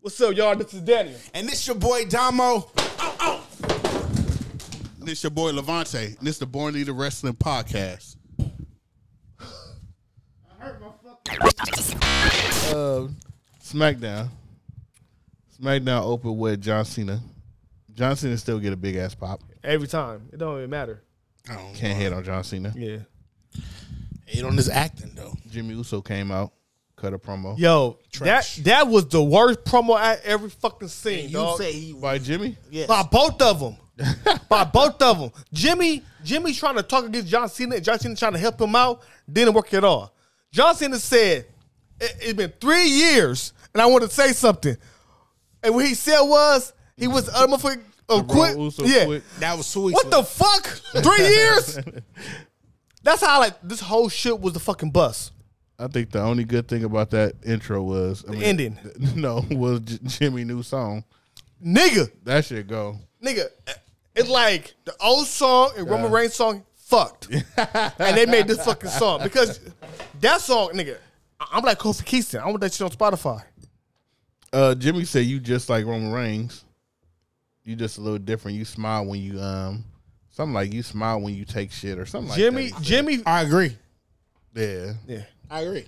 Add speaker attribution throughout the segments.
Speaker 1: What's up, y'all? This is Daniel.
Speaker 2: And this your boy Damo.
Speaker 3: This your boy Levante. And this the Born Leader Wrestling Podcast. Uh,
Speaker 1: SmackDown.
Speaker 3: SmackDown opened with John Cena. John Cena still get a big ass pop.
Speaker 1: Every time. It don't even matter.
Speaker 3: Can't hate on John Cena.
Speaker 1: Yeah.
Speaker 2: Hate on his acting though.
Speaker 3: Jimmy Uso came out, cut a promo.
Speaker 1: Yo,
Speaker 2: Trash.
Speaker 1: that that was the worst promo I ever fucking seen,
Speaker 2: You
Speaker 1: dog.
Speaker 2: say he
Speaker 3: By Jimmy?
Speaker 2: yes.
Speaker 1: By both of them. By both of them. Jimmy, Jimmy's trying to talk against John Cena, and John Cena trying to help him out. Didn't work at all. John Cena said, it, has been three years, and I want to say something. And what he said was, he was the other motherfucker uh, quit.
Speaker 3: Uso
Speaker 1: yeah.
Speaker 3: quit.
Speaker 2: That was sweet.
Speaker 1: What the fuck? Three years? That's how like this whole shit was the fucking bus.
Speaker 3: I think the only good thing about that intro was I mean,
Speaker 1: ending.
Speaker 3: th- No, was J- Jimmy new song.
Speaker 1: Nigga,
Speaker 3: That shit go.
Speaker 1: nigga. It's like the old song and Roman Reigns song fucked. and they made this fucking song. Because that song, nigga, I- I'm like Kofi Keiston. I want that shit on Spotify.
Speaker 3: Uh, Jimmy said you just like Roman Reigns. You just a little different. You smile when you um, something like you smile when you take shit or something
Speaker 1: Jimmy,
Speaker 3: like that.
Speaker 1: Jimmy.
Speaker 2: I agree.
Speaker 3: yeah,
Speaker 1: Yeah.
Speaker 2: I agree.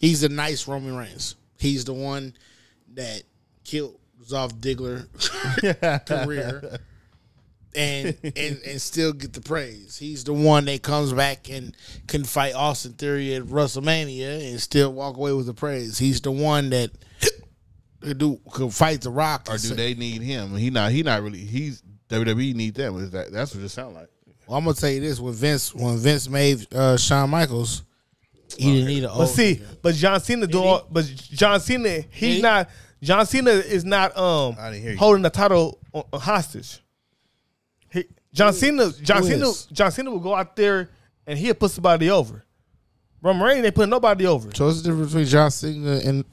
Speaker 2: He's a nice Roman Reigns. He's the one that killed Zoff Diggler career and, and and still get the praise. He's the one that comes back and can fight Austin Theory at WrestleMania and still walk away with the praise. He's the one that could do could fight the rock
Speaker 3: Or do they need him? He not. He not really. He's WWE need them. Is that? That's what it sound like.
Speaker 2: Well, I'm gonna tell you this: when Vince when Vince made uh, Shawn Michaels, he didn't need a.
Speaker 3: Oh,
Speaker 1: But see, but John Cena do all, but John Cena, he's
Speaker 2: he-
Speaker 1: not John Cena is not um
Speaker 3: I didn't hear you.
Speaker 1: holding the title on, on hostage. He, John Cena, John
Speaker 2: who
Speaker 1: Cena,
Speaker 2: is?
Speaker 1: John Cena will go out there and he'll put somebody over. Roman Reigns ain't putting nobody over.
Speaker 2: so what's the difference between John Cena and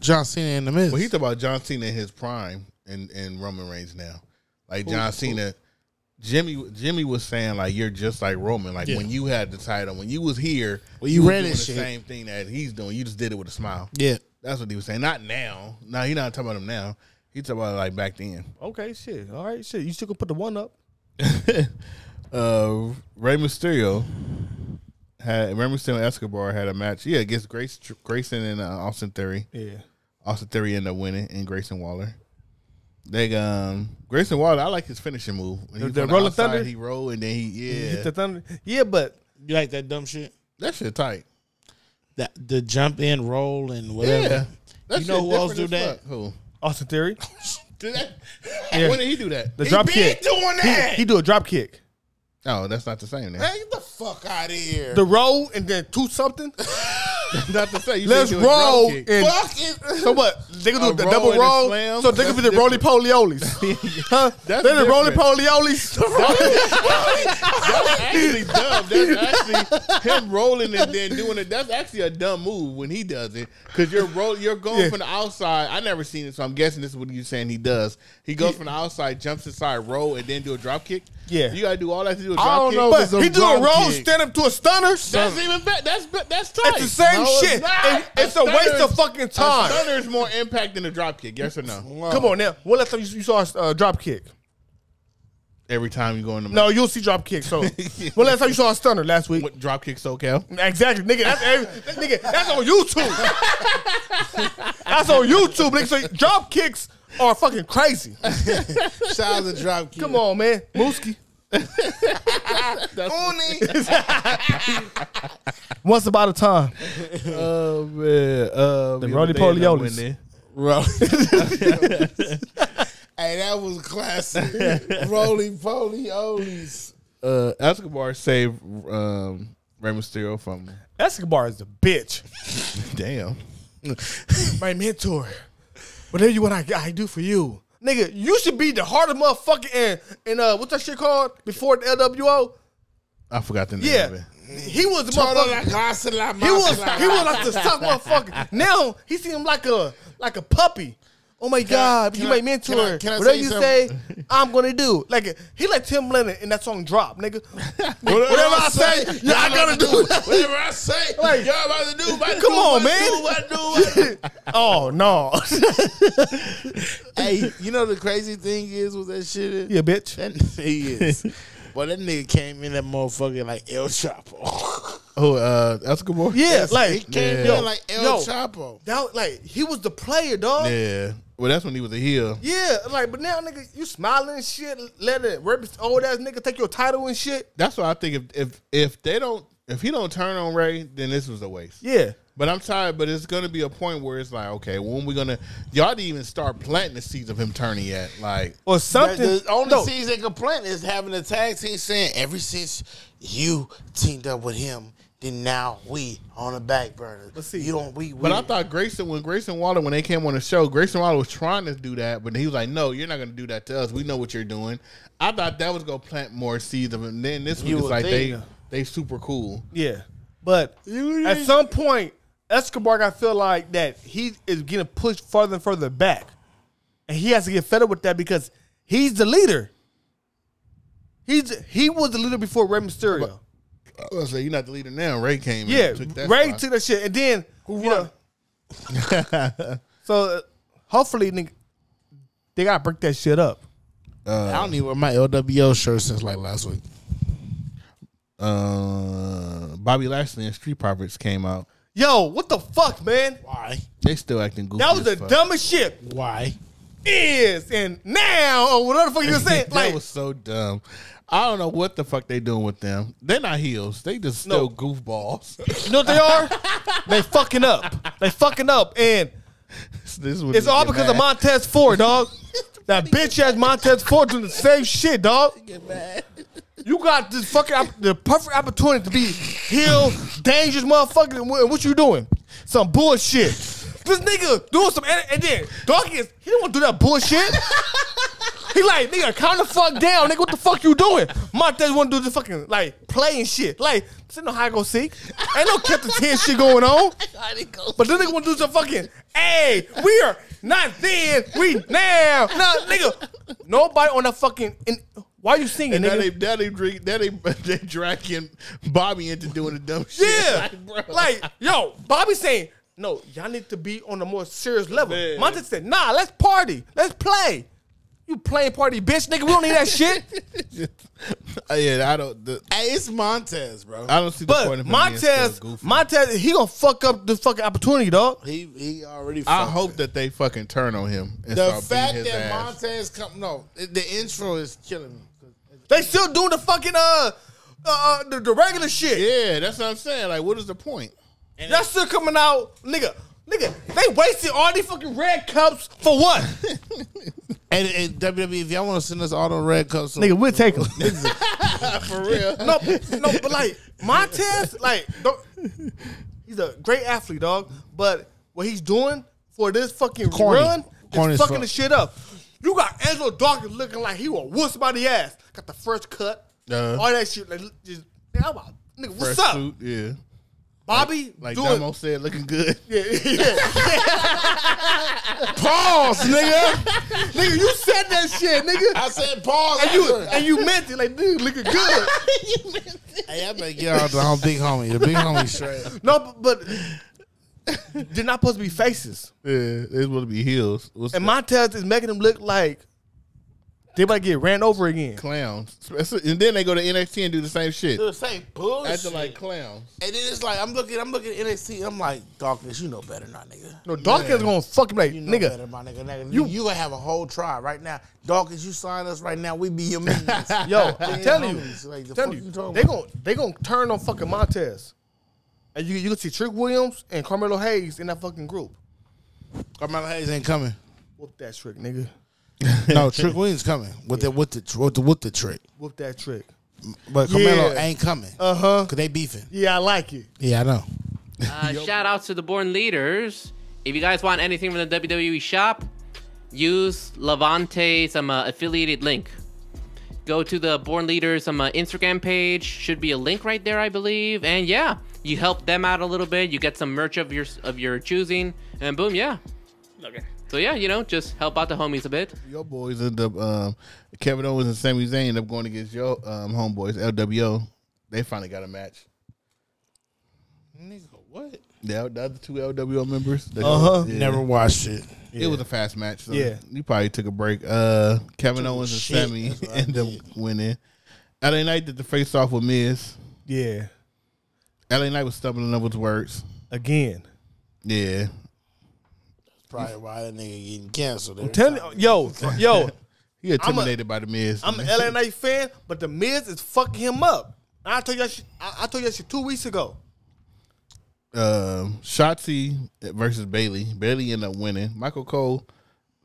Speaker 2: John Cena and the Miz?
Speaker 3: Well, he's about John Cena in his prime and and Roman Reigns now. Like John Cena, Jimmy Jimmy was saying like you're just like Roman. Like when you had the title, when you was here,
Speaker 2: Well, you
Speaker 3: was
Speaker 2: read
Speaker 3: doing
Speaker 2: this
Speaker 3: the
Speaker 2: shit.
Speaker 3: same thing that he's doing. You just did it with a smile.
Speaker 2: yeah,
Speaker 3: That's what he was saying. Not now. No, he not talking about him now. He talking about like back then.
Speaker 1: Okay, shit. All right, shit. You still gonna put the one up?
Speaker 3: Uh, Rey Mysterio had Rey Mysterio and Escobar had a match. Yeah, against Grace Grayson and uh, Austin Theory.
Speaker 1: Yeah.
Speaker 3: Austin Theory ended up winning, and Grayson Waller. They um Grayson Waller, I like his finishing move. When he's
Speaker 1: The
Speaker 3: on the
Speaker 1: Rolling
Speaker 3: outside,
Speaker 1: Thunder?
Speaker 3: he roll and then he yeah.
Speaker 1: Hit the thunder. Yeah, but
Speaker 2: you like that dumb shit?
Speaker 3: that shit tight.
Speaker 2: That the jump in roll and whatever.
Speaker 3: Yeah. That
Speaker 2: You know
Speaker 3: shit
Speaker 2: who else
Speaker 3: different
Speaker 2: do
Speaker 3: as
Speaker 2: that?
Speaker 3: fuck. Who?
Speaker 1: Austin Theory,
Speaker 3: Did that?
Speaker 1: Yeah.
Speaker 3: When did he do that?
Speaker 1: the drop
Speaker 2: been
Speaker 1: kick.
Speaker 2: doing
Speaker 1: He-
Speaker 2: that.
Speaker 1: He, do a drop kick.
Speaker 3: Oh, that's not the same. Then.
Speaker 2: Hey, get the fuck out of here!
Speaker 1: The roll and then two something.
Speaker 3: not the same. You
Speaker 1: Let's
Speaker 3: said he do a drop
Speaker 1: roll
Speaker 3: kick.
Speaker 1: and
Speaker 2: fuck it.
Speaker 1: So what? They can do
Speaker 3: A
Speaker 1: the
Speaker 3: roll
Speaker 1: double
Speaker 3: and a
Speaker 1: roll.
Speaker 3: slam?
Speaker 1: So they can do the
Speaker 3: That's
Speaker 1: roly poly olies. huh? They
Speaker 3: That's
Speaker 1: the roly
Speaker 3: different.
Speaker 1: poly olies.
Speaker 3: That's actually dumb. That's actually him rolling and then doing it. That's actually a dumb move when he does it because you're roll, you're going
Speaker 1: Yeah.
Speaker 3: from the outside. I never seen it, so I'm guessing this is what you're saying he does. He goes from the outside, jumps inside, roll, and then do a drop kick.
Speaker 1: Yeah.
Speaker 3: you gotta do all that to do a
Speaker 2: I
Speaker 3: drop
Speaker 2: don't
Speaker 3: kick.
Speaker 2: know if
Speaker 1: But
Speaker 2: it's a
Speaker 1: he do a
Speaker 2: drop
Speaker 1: roll,
Speaker 2: kick.
Speaker 1: stand up to a stunner. It's
Speaker 3: That's even better. That's be- that's tight.
Speaker 1: the same
Speaker 3: No,
Speaker 1: shit.
Speaker 3: not.
Speaker 1: It- it's a waste
Speaker 3: stunner's-
Speaker 1: of fucking
Speaker 3: A
Speaker 1: time.
Speaker 3: stunner is more impact than a drop kick. Yes or no?
Speaker 1: Come on now. What last time you, you saw a uh, drop kick?
Speaker 3: Every time you go in the
Speaker 1: No, you'll see drop kick. So what last time you saw a stunner last week?
Speaker 3: What, drop kick, SoCal.
Speaker 1: Exactly, nigga. That's every, nigga. That's on YouTube. that's on YouTube, nigga. So drop kicks are fucking crazy.
Speaker 2: Shout out to drop kick.
Speaker 1: Come on, man, Mooski. Once about a time.
Speaker 3: Oh man,
Speaker 1: Oh,
Speaker 3: uh, the
Speaker 1: Roddy Poliolis.
Speaker 2: bro. hey, that was classic. Roly poly olies.
Speaker 3: uh, Escobar saved um, Rey Mysterio from
Speaker 1: Escobar is a bitch.
Speaker 3: damn.
Speaker 1: My mentor. Whatever you want, I, I do for you. Nigga, you should be the heart of motherfucking and, and uh, what's that shit called? Before the LWO?
Speaker 3: I forgot the name of
Speaker 1: Yeah.
Speaker 3: it.
Speaker 1: He was the
Speaker 2: Todo
Speaker 1: motherfucker.
Speaker 2: la casa, la
Speaker 1: He was
Speaker 2: mafia.
Speaker 1: he was like the tough motherfucker. Now he seemed like a like a puppy. Oh my God,
Speaker 2: can
Speaker 1: you
Speaker 2: I-
Speaker 1: my mentor.
Speaker 2: can I- can I
Speaker 1: Whatever
Speaker 2: say
Speaker 1: you say,
Speaker 2: something?
Speaker 1: I'm gonna do. Like he let Tim Lennon in that song drop, nigga.
Speaker 2: Whatever,
Speaker 1: I say,
Speaker 2: y'all gotta do. Whatever I say,
Speaker 1: Like,
Speaker 2: y'all about to do. About to
Speaker 1: come
Speaker 2: do,
Speaker 1: on,
Speaker 2: about to
Speaker 1: man.
Speaker 2: do, about to do, about to do.
Speaker 1: oh no,
Speaker 2: hey, you know the crazy thing is with that shit is
Speaker 1: yeah, bitch.
Speaker 2: that he is. Boy, that nigga came in that motherfucker like El Chapo.
Speaker 3: Oh, uh, Escobar.
Speaker 1: Yeah,
Speaker 2: he
Speaker 1: like
Speaker 2: came
Speaker 1: yo,
Speaker 2: in like El
Speaker 1: yo,
Speaker 2: Chapo.
Speaker 1: that was- like he was the player, dog. Yeah.
Speaker 3: Yeah. Well, that's when he was a heel.
Speaker 1: like but now, nigga, you smiling and shit, let it rip old ass nigga take your title and shit.
Speaker 3: That's why I think if if if they don't if he don't turn on Ray, then this was a waste.
Speaker 1: Yeah,
Speaker 3: But I'm tired. But it's gonna be a point where it's like, okay, when we gonna y'all didn't even start planting the seeds of him turning yet. Like,
Speaker 1: or
Speaker 2: The,
Speaker 1: something.
Speaker 2: the only
Speaker 1: No,
Speaker 2: season complaint is having a tag team saying ever since you teamed up with him, then now we on the back burner.
Speaker 1: Let's see.
Speaker 2: You don't we. we
Speaker 3: but I thought Grayson when Grayson Waller when they came on the show, Grayson Waller was trying to do that, but he was like, no, you're not gonna do that to us. We know what you're doing. I thought that was gonna plant more seeds of him. And then this
Speaker 2: You
Speaker 3: was
Speaker 2: would
Speaker 3: like
Speaker 2: think.
Speaker 3: they they super cool.
Speaker 1: Yeah, but at some point, Escobar, I feel like that he is getting pushed farther and further back, and he has to get fed up with that because he's the leader. He's he was the leader before Rey Mysterio.
Speaker 3: I was like, you're not the leader now. Ray came. and
Speaker 1: yeah,
Speaker 3: took that
Speaker 1: Ray
Speaker 3: spot.
Speaker 1: took that shit, and then you know, so uh, hopefully nigga, they gotta break that shit up.
Speaker 2: I don't even wear Uh, my LWO shirt since like last week.
Speaker 3: uh, Bobby Lashley and Street Profits came out.
Speaker 1: Yo, what the fuck, man?
Speaker 2: Why?
Speaker 3: They still acting goofy.
Speaker 1: That was the
Speaker 3: as fuck.
Speaker 1: dumbest shit.
Speaker 2: Why?
Speaker 1: Is and now or whatever the fuck you were saying.
Speaker 3: that
Speaker 1: like
Speaker 3: was so dumb. I don't know what the fuck they doing with them. They're not heels. They just still
Speaker 1: No.
Speaker 3: goofballs.
Speaker 1: You know what they are? they fucking up. They fucking up, and
Speaker 3: this
Speaker 1: it's all because of Montez Ford, dog. That bitch ass Montez Ford doing the same shit, dog. You got this fucking opp- the perfect opportunity to be heel, dangerous motherfucker. and wh- What you doing? Some bullshit. This nigga doing some and, and then dog is he didn't want to do that bullshit. He like nigga count the fuck down, nigga. What the fuck you doing? Montez want to do the fucking like playing shit. Like this ain't no high go seek. Ain't no Captain Ten shit going on. But this nigga want to do some fucking. Hey, we are not then. We now. Nah, nigga. Nobody on that fucking. In, why you singing,
Speaker 3: And now
Speaker 1: nigga?
Speaker 3: they, now they drink. Now they they dragging Bobby into doing the dumb shit.
Speaker 1: Yeah.
Speaker 3: Like,
Speaker 1: Like,
Speaker 3: bro.
Speaker 1: yo, Bobby saying, no, y'all need to be on a more serious level.
Speaker 3: Man.
Speaker 1: Monte said, nah, let's party. Let's play. You playing party, bitch, nigga. We don't need that shit.
Speaker 3: Uh, yeah, I don't. The,
Speaker 2: Hey, it's Montez, bro.
Speaker 3: I don't see the point
Speaker 1: But
Speaker 3: of him being still
Speaker 1: Montez,
Speaker 3: goofy.
Speaker 1: Montez, he gonna fuck up this fucking opportunity, dog.
Speaker 2: he he already.
Speaker 3: I
Speaker 2: fucked
Speaker 3: hope
Speaker 2: it.
Speaker 3: that they fucking turn on him. And
Speaker 2: the
Speaker 3: start
Speaker 2: fact
Speaker 3: beating his
Speaker 2: that
Speaker 3: ass.
Speaker 2: Montez come no, it- the intro is killing me. 'Cause it's-
Speaker 1: They still doing the fucking uh, uh, uh the, the regular shit.
Speaker 3: Yeah, that's what I'm saying. Like, what is the point?
Speaker 1: Y'all still coming out, nigga. Nigga, they wasted all these fucking red cups for what?
Speaker 2: And, and WWE, if y'all want to send us all the red cups, so-
Speaker 1: we'll take them.
Speaker 3: For real.
Speaker 1: no, no, but like Montez, like don't, he's a great athlete, dog. But what he's doing for this fucking
Speaker 2: Corny.
Speaker 1: run
Speaker 2: Corny
Speaker 1: is
Speaker 2: as
Speaker 1: fucking
Speaker 2: fuck.
Speaker 1: the shit up. You got Angelo Dawkins looking like he was wuss by the ass. Got the first cut,
Speaker 3: Uh-huh.
Speaker 1: all that shit. Like just nigga, I'm out. Nigga, what's
Speaker 3: Fresh
Speaker 1: up,
Speaker 3: suit, yeah.
Speaker 1: Bobby?
Speaker 3: Like
Speaker 1: doing,
Speaker 3: Damo said, looking good.
Speaker 1: yeah, yeah.
Speaker 2: pause, nigga.
Speaker 1: nigga, you said that shit, nigga.
Speaker 2: I said pause.
Speaker 1: And you
Speaker 2: after.
Speaker 1: and you meant it, like dude, looking good.
Speaker 2: hey, I better get out the home big homie. The big homie straight.
Speaker 1: No, but, but they're not supposed to be faces.
Speaker 3: Yeah, it's supposed to be heels. What's
Speaker 1: And
Speaker 3: the
Speaker 1: Montez is making them look like they about to get ran over again.
Speaker 3: clowns? And then they go to NXT and do the same shit.
Speaker 2: Dude, say bullshit.
Speaker 3: Acting like clowns.
Speaker 2: and then it's like I'm looking, I'm looking at NXT. I'm like, Dawkins, you know better, now, nigga.
Speaker 1: No, Dawkins gonna fuck him like
Speaker 2: You know
Speaker 1: nigga.
Speaker 2: better, my nigga. nigga. You, you gonna have a whole tribe right now, Dawkins. You sign us right now. We be your minions.
Speaker 1: Yo, I'm
Speaker 2: Yeah,
Speaker 1: telling you,
Speaker 2: homies, like, the
Speaker 1: telling
Speaker 2: fuck
Speaker 1: you,
Speaker 2: you talking
Speaker 1: they
Speaker 2: about?
Speaker 1: gonna they gonna turn on fucking Montez, and you you can see Trick Williams and Carmelo Hayes in that fucking group.
Speaker 2: Carmelo Hayes ain't coming.
Speaker 1: Whoop that trick, nigga.
Speaker 2: No, Trick Williams coming with the with the with the with the trick,
Speaker 1: Whoop that trick.
Speaker 2: but Carmelo
Speaker 1: Yeah.
Speaker 2: ain't coming.
Speaker 1: Uh huh.
Speaker 2: Cause they beefing.
Speaker 1: Yeah, I like it.
Speaker 2: Yeah, I know.
Speaker 4: Uh, shout out to the born leaders. If you guys want anything from the WWE shop, use Levante's um, uh, affiliated link. Go to the Born Leaders um, uh, Instagram page. Should be a link right there, I believe. And yeah, you help them out a little bit. You get some merch of your of your choosing, and boom, yeah. Okay. So yeah, you know, just help out the homies a bit.
Speaker 3: Your boys end up um, Kevin Owens and Sami Zayn end up going against your um, homeboys LWO. They finally got a match.
Speaker 2: Nigga, what?
Speaker 3: The, the other two LWO members. they-
Speaker 1: Uh-huh.
Speaker 3: yeah.
Speaker 2: Never watched it.
Speaker 3: It was a fast match. So
Speaker 1: Yeah.
Speaker 3: you probably took a break. Uh, Kevin Owens and
Speaker 2: shit,
Speaker 3: Sammy
Speaker 2: that's what I
Speaker 3: end up
Speaker 2: did.
Speaker 3: winning. LA Knight did the face off with Miz.
Speaker 1: Yeah.
Speaker 3: LA Knight was stumbling over his words.
Speaker 1: Again.
Speaker 3: Yeah,
Speaker 2: Probably why that nigga getting canceled. every
Speaker 1: Tell me,
Speaker 2: time.
Speaker 1: yo, yo,
Speaker 3: he intimidated by the Miz.
Speaker 1: I'm an LA Knight fan, but the Miz is fucking him up. I told you that shit, I, I told you that shit two weeks ago.
Speaker 3: um, Shotzi versus Bailey. Bailey ended up winning. Michael Cole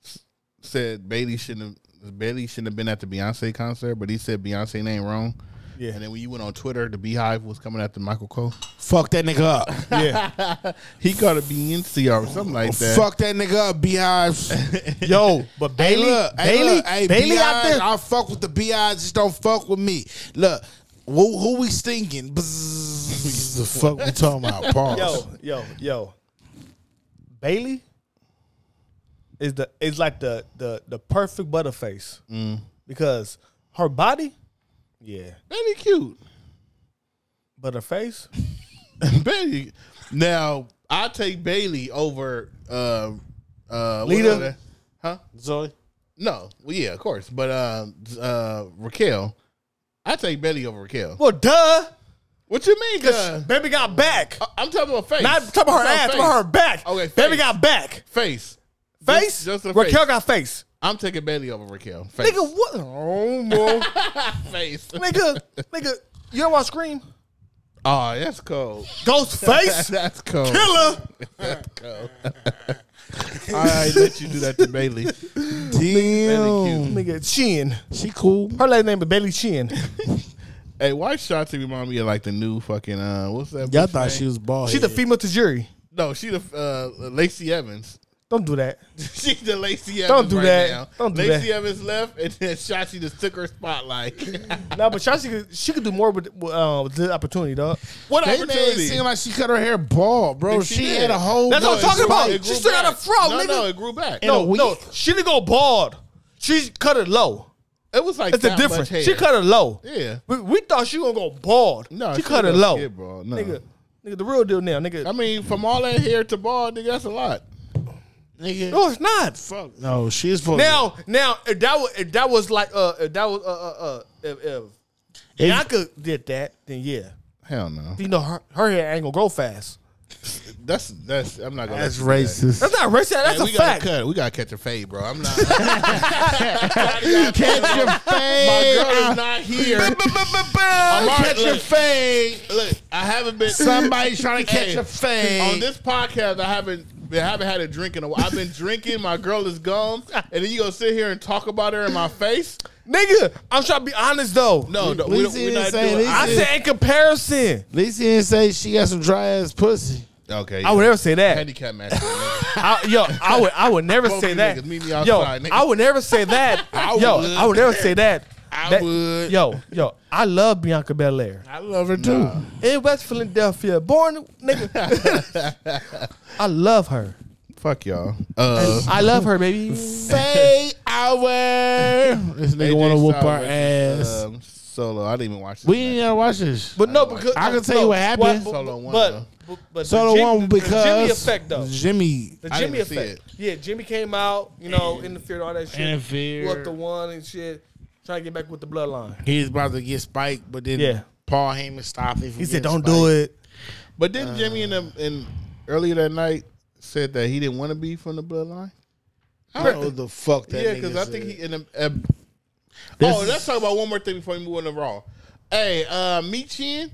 Speaker 3: s- said Bailey shouldn't have, Bailey shouldn't have been at the Beyonce concert, but he said Beyonce name wrong.
Speaker 1: Yeah.
Speaker 3: And then when you went on Twitter, the Beehive was coming after Michael Cole.
Speaker 2: Fuck that nigga up.
Speaker 1: Yeah.
Speaker 3: He got a BNC or something
Speaker 1: Oh,
Speaker 3: like that.
Speaker 2: Fuck that nigga up, Beehives.
Speaker 1: yo, but
Speaker 2: Hey,
Speaker 1: Bailey,
Speaker 2: look, hey,
Speaker 1: Bailey,
Speaker 2: look, hey,
Speaker 1: Bailey out
Speaker 2: Beehives,
Speaker 1: there.
Speaker 2: I fuck with the Beehives, just don't fuck with me. Look, who, who we stinking? Bzzz. the fuck we talking about? Pause.
Speaker 1: Yo, yo, yo. Bailey is the is like the the the perfect butterface
Speaker 3: Mm.
Speaker 1: because her body, yeah,
Speaker 3: Bailey cute.
Speaker 1: but her face,
Speaker 3: Bailey. Now I take Bailey over uh uh
Speaker 1: Lita?
Speaker 3: what- what- Huh?
Speaker 2: Zoe.
Speaker 3: No. Well yeah, of course. But uh uh Raquel. I take Bailey over Raquel.
Speaker 1: well, duh.
Speaker 3: What you mean? uh,
Speaker 1: Baby got back.
Speaker 3: I- I'm talking about face.
Speaker 1: Not talking about her
Speaker 3: I'm
Speaker 1: ass, talking about her
Speaker 3: Uh, face.
Speaker 1: back.
Speaker 3: Okay,
Speaker 1: Baby
Speaker 3: face.
Speaker 1: got back.
Speaker 3: Face.
Speaker 1: Face.
Speaker 3: just the
Speaker 1: Raquel
Speaker 3: face.
Speaker 1: got face.
Speaker 3: I'm taking Bailey over Raquel. Face.
Speaker 1: Nigga, what? Oh, bro.
Speaker 3: face.
Speaker 1: nigga, nigga, you don't want to scream?
Speaker 3: Oh, that's cold.
Speaker 1: Ghost face,
Speaker 3: That's cold.
Speaker 1: killer.
Speaker 3: That's cold. I let you do that to Bailey. Bailey
Speaker 2: Damn.
Speaker 3: cute.
Speaker 1: Nigga, Chin.
Speaker 2: She cool.
Speaker 1: Her last name is Bailey Chin.
Speaker 3: Hey, why Shotzi remind me of like the new fucking uh what's that?
Speaker 2: Y'all
Speaker 3: bitch
Speaker 2: thought
Speaker 3: name?
Speaker 2: she was bald.
Speaker 1: She the
Speaker 2: headed.
Speaker 1: female to jury.
Speaker 3: No, she the uh, Lacey Evans.
Speaker 1: Don't do that.
Speaker 3: She's the Lacey Evans.
Speaker 1: Don't do
Speaker 3: right
Speaker 1: that.
Speaker 3: Now.
Speaker 1: Don't do
Speaker 3: Lacey
Speaker 1: that.
Speaker 3: Evans left, and then Shotzi just took her spotlight.
Speaker 1: No, but Shotzi could, she could do more with, uh, with the opportunity, dog.
Speaker 3: what
Speaker 2: They made it
Speaker 3: opportunity?
Speaker 2: seem like she cut her hair bald, bro.
Speaker 3: She
Speaker 2: She,
Speaker 3: did.
Speaker 2: had a whole.
Speaker 1: Oh, That's what I'm
Speaker 3: it
Speaker 1: talking
Speaker 3: grew-
Speaker 1: about.
Speaker 3: it grew
Speaker 1: She still got
Speaker 3: back.
Speaker 1: a fro,
Speaker 3: No,
Speaker 1: nigga.
Speaker 3: no, it grew back.
Speaker 2: a
Speaker 1: No,
Speaker 2: week.
Speaker 1: no, she didn't go bald. She cut it low.
Speaker 3: it was like
Speaker 1: That's the
Speaker 3: that much
Speaker 1: difference.
Speaker 3: hair.
Speaker 1: She cut it low.
Speaker 3: Yeah.
Speaker 1: We, we thought she was gonna go bald.
Speaker 3: No,
Speaker 1: she, cut it
Speaker 3: was
Speaker 1: low.
Speaker 3: Kid, bro. No.
Speaker 1: Nigga, nigga, the real deal now, nigga.
Speaker 3: I mean, from all that hair to bald, nigga, that's a lot.
Speaker 2: Nigga.
Speaker 1: no, it's not.
Speaker 2: fuck. No, she is supposed
Speaker 1: Now, now, if that was if that was like uh, if that was uh uh, uh if, if
Speaker 2: If-
Speaker 1: Bianca did that, then yeah,
Speaker 3: Hell no.
Speaker 1: you know her her hair ain't gonna grow fast.
Speaker 3: That's that's. I'm not gonna.
Speaker 2: That's
Speaker 3: let you do that.
Speaker 2: racist.
Speaker 1: That's not racist. That's
Speaker 3: Hey, we
Speaker 1: a
Speaker 3: gotta
Speaker 1: fact.
Speaker 3: cut. We gotta catch a fade, bro. I'm not. my
Speaker 2: Catch your
Speaker 3: girl is
Speaker 2: fade.
Speaker 3: not here.
Speaker 1: Ba-ba-ba-ba.
Speaker 3: Amari,
Speaker 2: Catch your
Speaker 3: look.
Speaker 2: fade.
Speaker 3: Look, I haven't been.
Speaker 2: Somebody trying to
Speaker 3: Hey,
Speaker 2: catch a fade.
Speaker 3: on this podcast, I haven't I haven't had a drink in a while. I've been drinking. My girl is gone, and then you gonna sit here and talk about her in my face?
Speaker 1: Nigga, I'm trying to be honest though.
Speaker 3: No, no,
Speaker 2: At
Speaker 3: we
Speaker 2: least
Speaker 3: don't,
Speaker 2: he
Speaker 3: we're
Speaker 2: didn't
Speaker 3: not
Speaker 2: say
Speaker 3: doing.
Speaker 2: this.
Speaker 3: I,
Speaker 1: I said in comparison.
Speaker 2: At least he didn't say she got some dry ass pussy.
Speaker 3: okay,
Speaker 1: I would never say that.
Speaker 3: handicap match. nigga.
Speaker 1: I, yo, I would I would never
Speaker 3: Both
Speaker 1: say
Speaker 3: you
Speaker 1: that.
Speaker 3: niggas, meet me
Speaker 1: yo,
Speaker 3: outside, nigga.
Speaker 1: I would never say that.
Speaker 2: I
Speaker 1: yo,
Speaker 2: would.
Speaker 1: I would never say that.
Speaker 2: I
Speaker 1: That-
Speaker 2: would.
Speaker 1: Yo, yo, I love Bianca Belair.
Speaker 2: I love her too.
Speaker 1: in West Philadelphia, born nigga. I love her.
Speaker 3: Fuck y'all. Uh,
Speaker 1: I love her, baby.
Speaker 2: Fade hour. This nigga
Speaker 3: AJ
Speaker 2: want to whoop
Speaker 3: Styles
Speaker 2: our
Speaker 3: versus,
Speaker 2: ass.
Speaker 3: um, solo. I didn't even watch. This
Speaker 2: We ain't gotta watch this.
Speaker 1: But no, because
Speaker 2: I can tell you
Speaker 1: no,
Speaker 2: what happened.
Speaker 1: but-
Speaker 3: Solo one,
Speaker 1: But
Speaker 3: though.
Speaker 1: but, but
Speaker 2: So
Speaker 1: the
Speaker 2: the
Speaker 1: Jim-
Speaker 2: one
Speaker 1: the
Speaker 2: because
Speaker 1: Jimmy effect though.
Speaker 2: Jimmy
Speaker 1: The
Speaker 3: I
Speaker 1: Jimmy
Speaker 3: didn't see
Speaker 1: effect. Yeah, Jimmy came out, you know, interfered all that shit.
Speaker 2: Interfered.
Speaker 1: What the one and shit. Trying to get back with the bloodline.
Speaker 2: he's about to get spiked, but then
Speaker 1: Yeah.
Speaker 2: Paul Heyman stopped him.
Speaker 1: He said, "Don't do it."
Speaker 3: But didn't Jimmy in, the, in earlier that night said that he didn't want to be from the bloodline?
Speaker 2: I don't know the fuck that.
Speaker 3: yeah,
Speaker 2: because
Speaker 3: because I think he in the. Uh,
Speaker 2: This
Speaker 3: oh,
Speaker 2: is-
Speaker 3: let's talk about one more thing before we move on to Raw. Hey, uh, me Chin,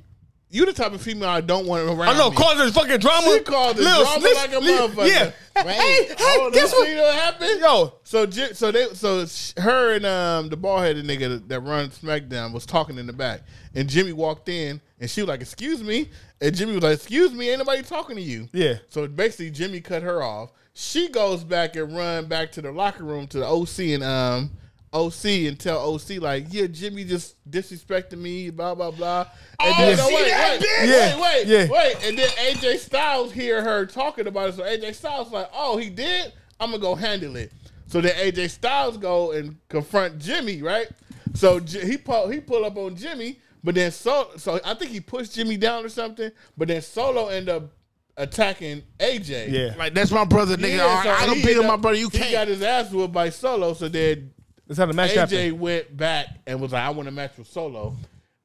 Speaker 3: you the type of female I don't want around.
Speaker 1: I know,
Speaker 3: me.
Speaker 1: caused this fucking drama.
Speaker 3: She called the
Speaker 1: Little
Speaker 3: drama
Speaker 1: snitch-
Speaker 3: like a
Speaker 1: li-
Speaker 3: motherfucker.
Speaker 1: Yeah. Hey, hey,
Speaker 3: Oh,
Speaker 1: guess
Speaker 3: this
Speaker 1: what?
Speaker 3: see what happened?
Speaker 1: Yo,
Speaker 3: So, Ji- so they, so sh- her and um the bald headed nigga that runs SmackDown was talking in the back, and Jimmy walked in, and she was like, "Excuse me," and Jimmy was like, "Excuse me, ain't nobody talking to you."
Speaker 1: Yeah.
Speaker 3: So basically, Jimmy cut her off. She goes back and run back to the locker room to the OC and um OC and tell OC like, "Yeah, Jimmy just disrespected me," blah blah blah. And
Speaker 2: Oh, see that bitch?
Speaker 3: wait,
Speaker 1: Yeah,
Speaker 3: wait,
Speaker 1: yeah.
Speaker 3: wait. And then AJ Styles hear her talking about it. So AJ Styles like, oh, he did? I'm gonna go handle it. So then AJ Styles go and confront Jimmy, right? So J- he pull, he pull up on Jimmy, but then so so I think he pushed Jimmy down or something. But then Solo end up attacking AJ.
Speaker 1: Yeah.
Speaker 2: Like that's my brother, nigga.
Speaker 3: Yeah,
Speaker 2: All right,
Speaker 3: so
Speaker 2: I don't
Speaker 3: he
Speaker 2: beat
Speaker 3: end
Speaker 2: on my
Speaker 3: up-
Speaker 2: brother. You
Speaker 3: He got
Speaker 2: can't.
Speaker 3: his ass whooped by Solo. So then
Speaker 1: That's how the match
Speaker 3: AJ
Speaker 1: happened.
Speaker 3: went back and was like, I want a match with Solo.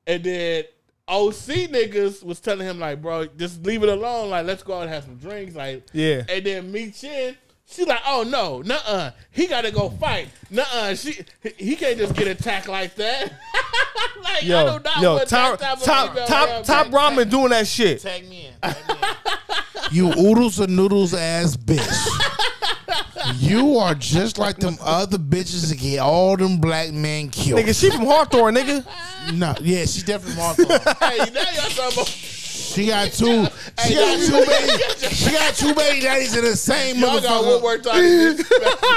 Speaker 3: And then OC niggas was telling him, like, bro, just leave it alone. Like, let's go out and have some drinks. Like,
Speaker 1: Yeah.
Speaker 3: And then Me Chin, she like, oh no, nuh uh. He gotta go fight. Nuh uh. She, he- he can't just get attacked like that. like, I
Speaker 1: Yo,
Speaker 3: don't know.
Speaker 1: yo,
Speaker 3: what
Speaker 1: top,
Speaker 3: that type
Speaker 1: top,
Speaker 3: of female I am,
Speaker 1: top, top
Speaker 3: but-
Speaker 1: ramen doing that shit.
Speaker 2: Tag me in. you oodles and noodles ass bitch. You are just like them other bitches that get all them black men killed.
Speaker 1: Nigga, she from Hawthorne, nigga.
Speaker 2: no, yeah, she definitely Martha.
Speaker 3: Hey, now y'all talking about.
Speaker 2: She got two. She got two baby. She got two baby daddies in the same
Speaker 3: Y'all got
Speaker 2: motherfucker.
Speaker 3: Woodward talking.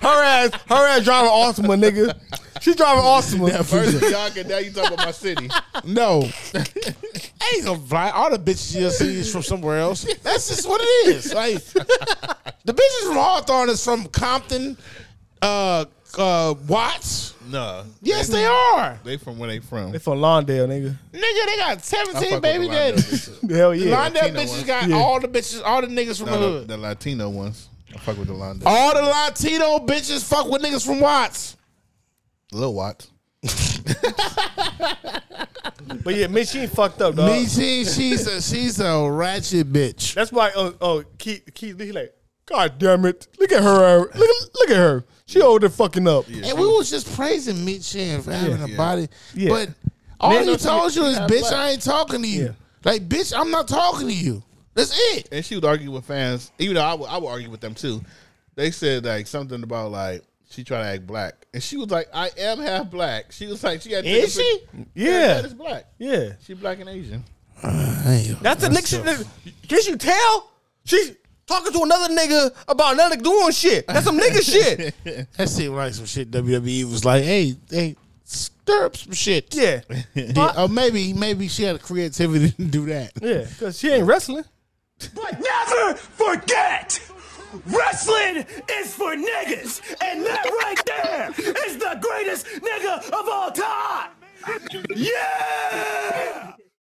Speaker 1: Her ass, her ass driving Altima, nigga. She driving Altima.
Speaker 3: First, y'all can, now you talking about my city.
Speaker 2: No. ain't gonna fly. All the bitches you'll see is from somewhere else. That's just what it is. Like the bitches from Hawthorne is from Compton, uh uh Watts.
Speaker 3: No.
Speaker 2: Yes, they are.
Speaker 3: They from where they from.
Speaker 1: They from Lawndale, nigga.
Speaker 2: Nigga, they got
Speaker 3: I fuck
Speaker 2: 17
Speaker 3: with
Speaker 2: baby
Speaker 3: the London
Speaker 2: daddies.
Speaker 3: bitches.
Speaker 1: Hell yeah.
Speaker 2: London
Speaker 3: Latino
Speaker 2: bitches
Speaker 3: ones.
Speaker 2: got
Speaker 1: Yeah.
Speaker 2: all the bitches, all the niggas from
Speaker 3: No,
Speaker 2: the
Speaker 3: the,
Speaker 2: hood.
Speaker 3: the Latino ones. I fuck with the London.
Speaker 2: all the Latino bitches fuck with niggas from Watts.
Speaker 3: Lil Watts.
Speaker 1: But yeah, man, she ain't fucked up, dog.
Speaker 2: Me, she, she's a she's a ratchet bitch.
Speaker 1: That's why. Oh, oh, Keith, Keith, he like, God damn it! Look at her. Look, at- look at her. She old and fucking up.
Speaker 2: And we was just praising Meat Chin for having a
Speaker 3: Yeah.
Speaker 2: body.
Speaker 1: Yeah.
Speaker 2: But all
Speaker 1: Man,
Speaker 2: he
Speaker 1: that's-
Speaker 2: told you is,
Speaker 3: that's
Speaker 2: bitch,
Speaker 3: black.
Speaker 2: I ain't talking to you.
Speaker 1: Yeah.
Speaker 2: Like, bitch, I'm not talking to you. That's it.
Speaker 3: And she would argue with fans, even though I would, I would argue with them too. They said like something about like she tried to act black, and she was like, "I am half black." She was like, "She got
Speaker 2: Is she?
Speaker 1: Yeah.
Speaker 3: it's black.
Speaker 1: Yeah,
Speaker 3: She black and Asian."
Speaker 1: that's a nigga. she- Can you tell? She's talking to another nigga about another doing shit. That's some nigga shit.
Speaker 2: That seemed like some shit WWE was like, hey, hey, stir up some shit.
Speaker 1: Yeah,
Speaker 2: Yeah, Or maybe, maybe she had the creativity to do that.
Speaker 1: yeah, because she ain't wrestling.
Speaker 5: But never forget, wrestling is for niggas, and that right there is the greatest nigga of all time. Yeah!